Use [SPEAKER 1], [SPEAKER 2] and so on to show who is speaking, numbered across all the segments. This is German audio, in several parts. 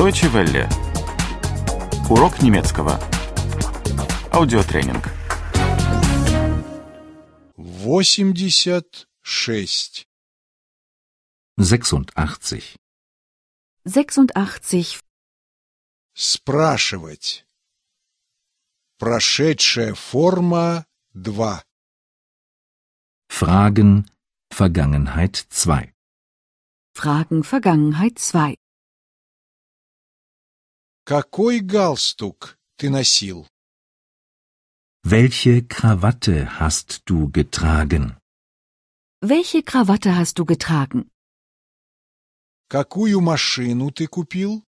[SPEAKER 1] Deutsche Welle. Урок немецкого. Аудиотренинг.
[SPEAKER 2] 86.
[SPEAKER 3] 86.
[SPEAKER 4] 86
[SPEAKER 2] Спрашивать. Прошедшая форма 2.
[SPEAKER 3] Fragen Vergangenheit 2.
[SPEAKER 4] Fragen Vergangenheit 2.
[SPEAKER 2] Какой галстук ты носил?
[SPEAKER 3] Welche Krawatte hast du getragen?
[SPEAKER 4] Welche Krawatte hast du getragen?
[SPEAKER 2] Какую машину ты купил?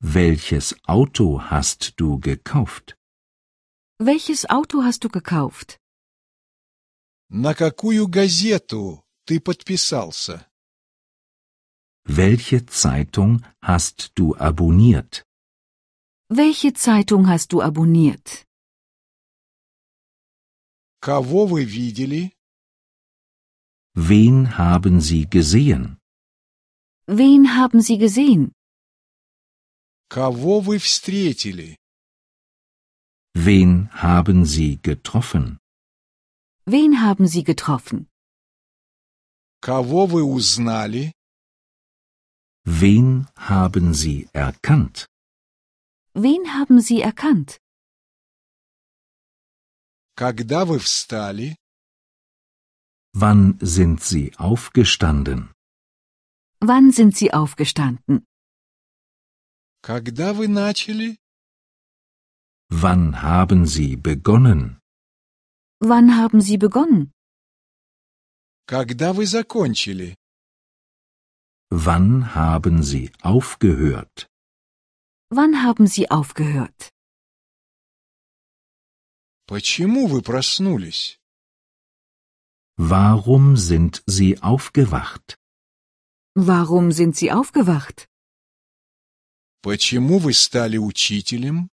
[SPEAKER 3] Welches Auto hast du gekauft?
[SPEAKER 4] Welches Auto hast du gekauft?
[SPEAKER 2] На какую газету ты подписался?
[SPEAKER 3] Welche Zeitung hast du abonniert?
[SPEAKER 4] Welche Zeitung hast du abonniert?
[SPEAKER 2] Кого вы видели?
[SPEAKER 3] Wen haben sie gesehen?
[SPEAKER 4] Wen haben sie gesehen?
[SPEAKER 2] Кого вы встретили?
[SPEAKER 3] Wen haben sie getroffen?
[SPEAKER 4] Wen haben sie getroffen?
[SPEAKER 2] Кого вы узнали?
[SPEAKER 3] Wen haben sie erkannt?
[SPEAKER 4] Wen haben sie erkannt?
[SPEAKER 2] Когда вы встали?
[SPEAKER 3] Wann sind sie aufgestanden?
[SPEAKER 4] Wann sind sie aufgestanden?
[SPEAKER 2] Когда вы начали?
[SPEAKER 3] Wann haben sie begonnen?
[SPEAKER 4] Wann haben sie begonnen?
[SPEAKER 2] Когда вы закончили?
[SPEAKER 3] Wann haben sie aufgehört?
[SPEAKER 4] Wann haben sie aufgehört?
[SPEAKER 2] Почему вы проснулись?
[SPEAKER 3] Warum sind sie aufgewacht?
[SPEAKER 4] Warum sind sie aufgewacht?
[SPEAKER 2] Почему вы стали учителем?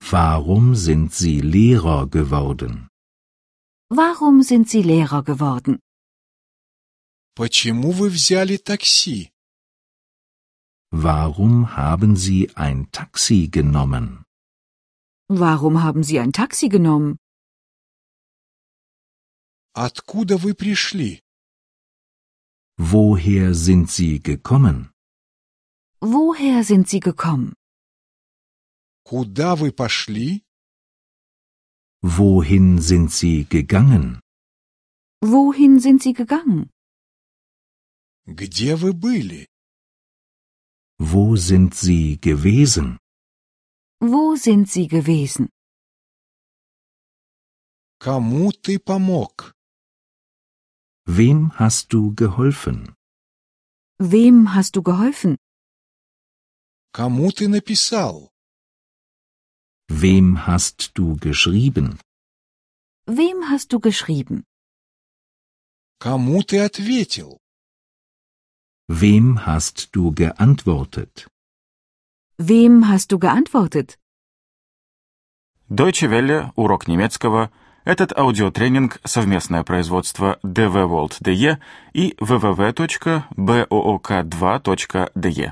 [SPEAKER 3] Warum sind sie Lehrer geworden?
[SPEAKER 4] Warum sind sie Lehrer geworden?
[SPEAKER 2] Почему вы взяли такси?
[SPEAKER 3] Warum haben sie ein Taxi genommen?
[SPEAKER 4] Warum haben sie ein Taxi genommen?
[SPEAKER 2] Откуда вы пришли?
[SPEAKER 3] Woher sind sie gekommen?
[SPEAKER 4] Woher sind sie gekommen?
[SPEAKER 2] Куда вы пошли?
[SPEAKER 3] Wohin sind sie gegangen?
[SPEAKER 4] Wohin sind sie gegangen?
[SPEAKER 2] Где вы были?
[SPEAKER 3] Wo sind sie gewesen?
[SPEAKER 4] Wo sind sie gewesen?
[SPEAKER 2] Кому ты помог?
[SPEAKER 3] Wem hast du geholfen?
[SPEAKER 4] Wem hast du geholfen?
[SPEAKER 2] Кому ты написал?
[SPEAKER 3] Wem hast du geschrieben?
[SPEAKER 4] Wem hast du geschrieben?
[SPEAKER 2] Кому ты ответил?
[SPEAKER 3] Wem hast du geantwortet?
[SPEAKER 4] Wem hast du geantwortet?
[SPEAKER 1] Deutsche Welle. Урок немецкого. Этот аудиотренинг – совместное производство DW World DE и www.book2.de.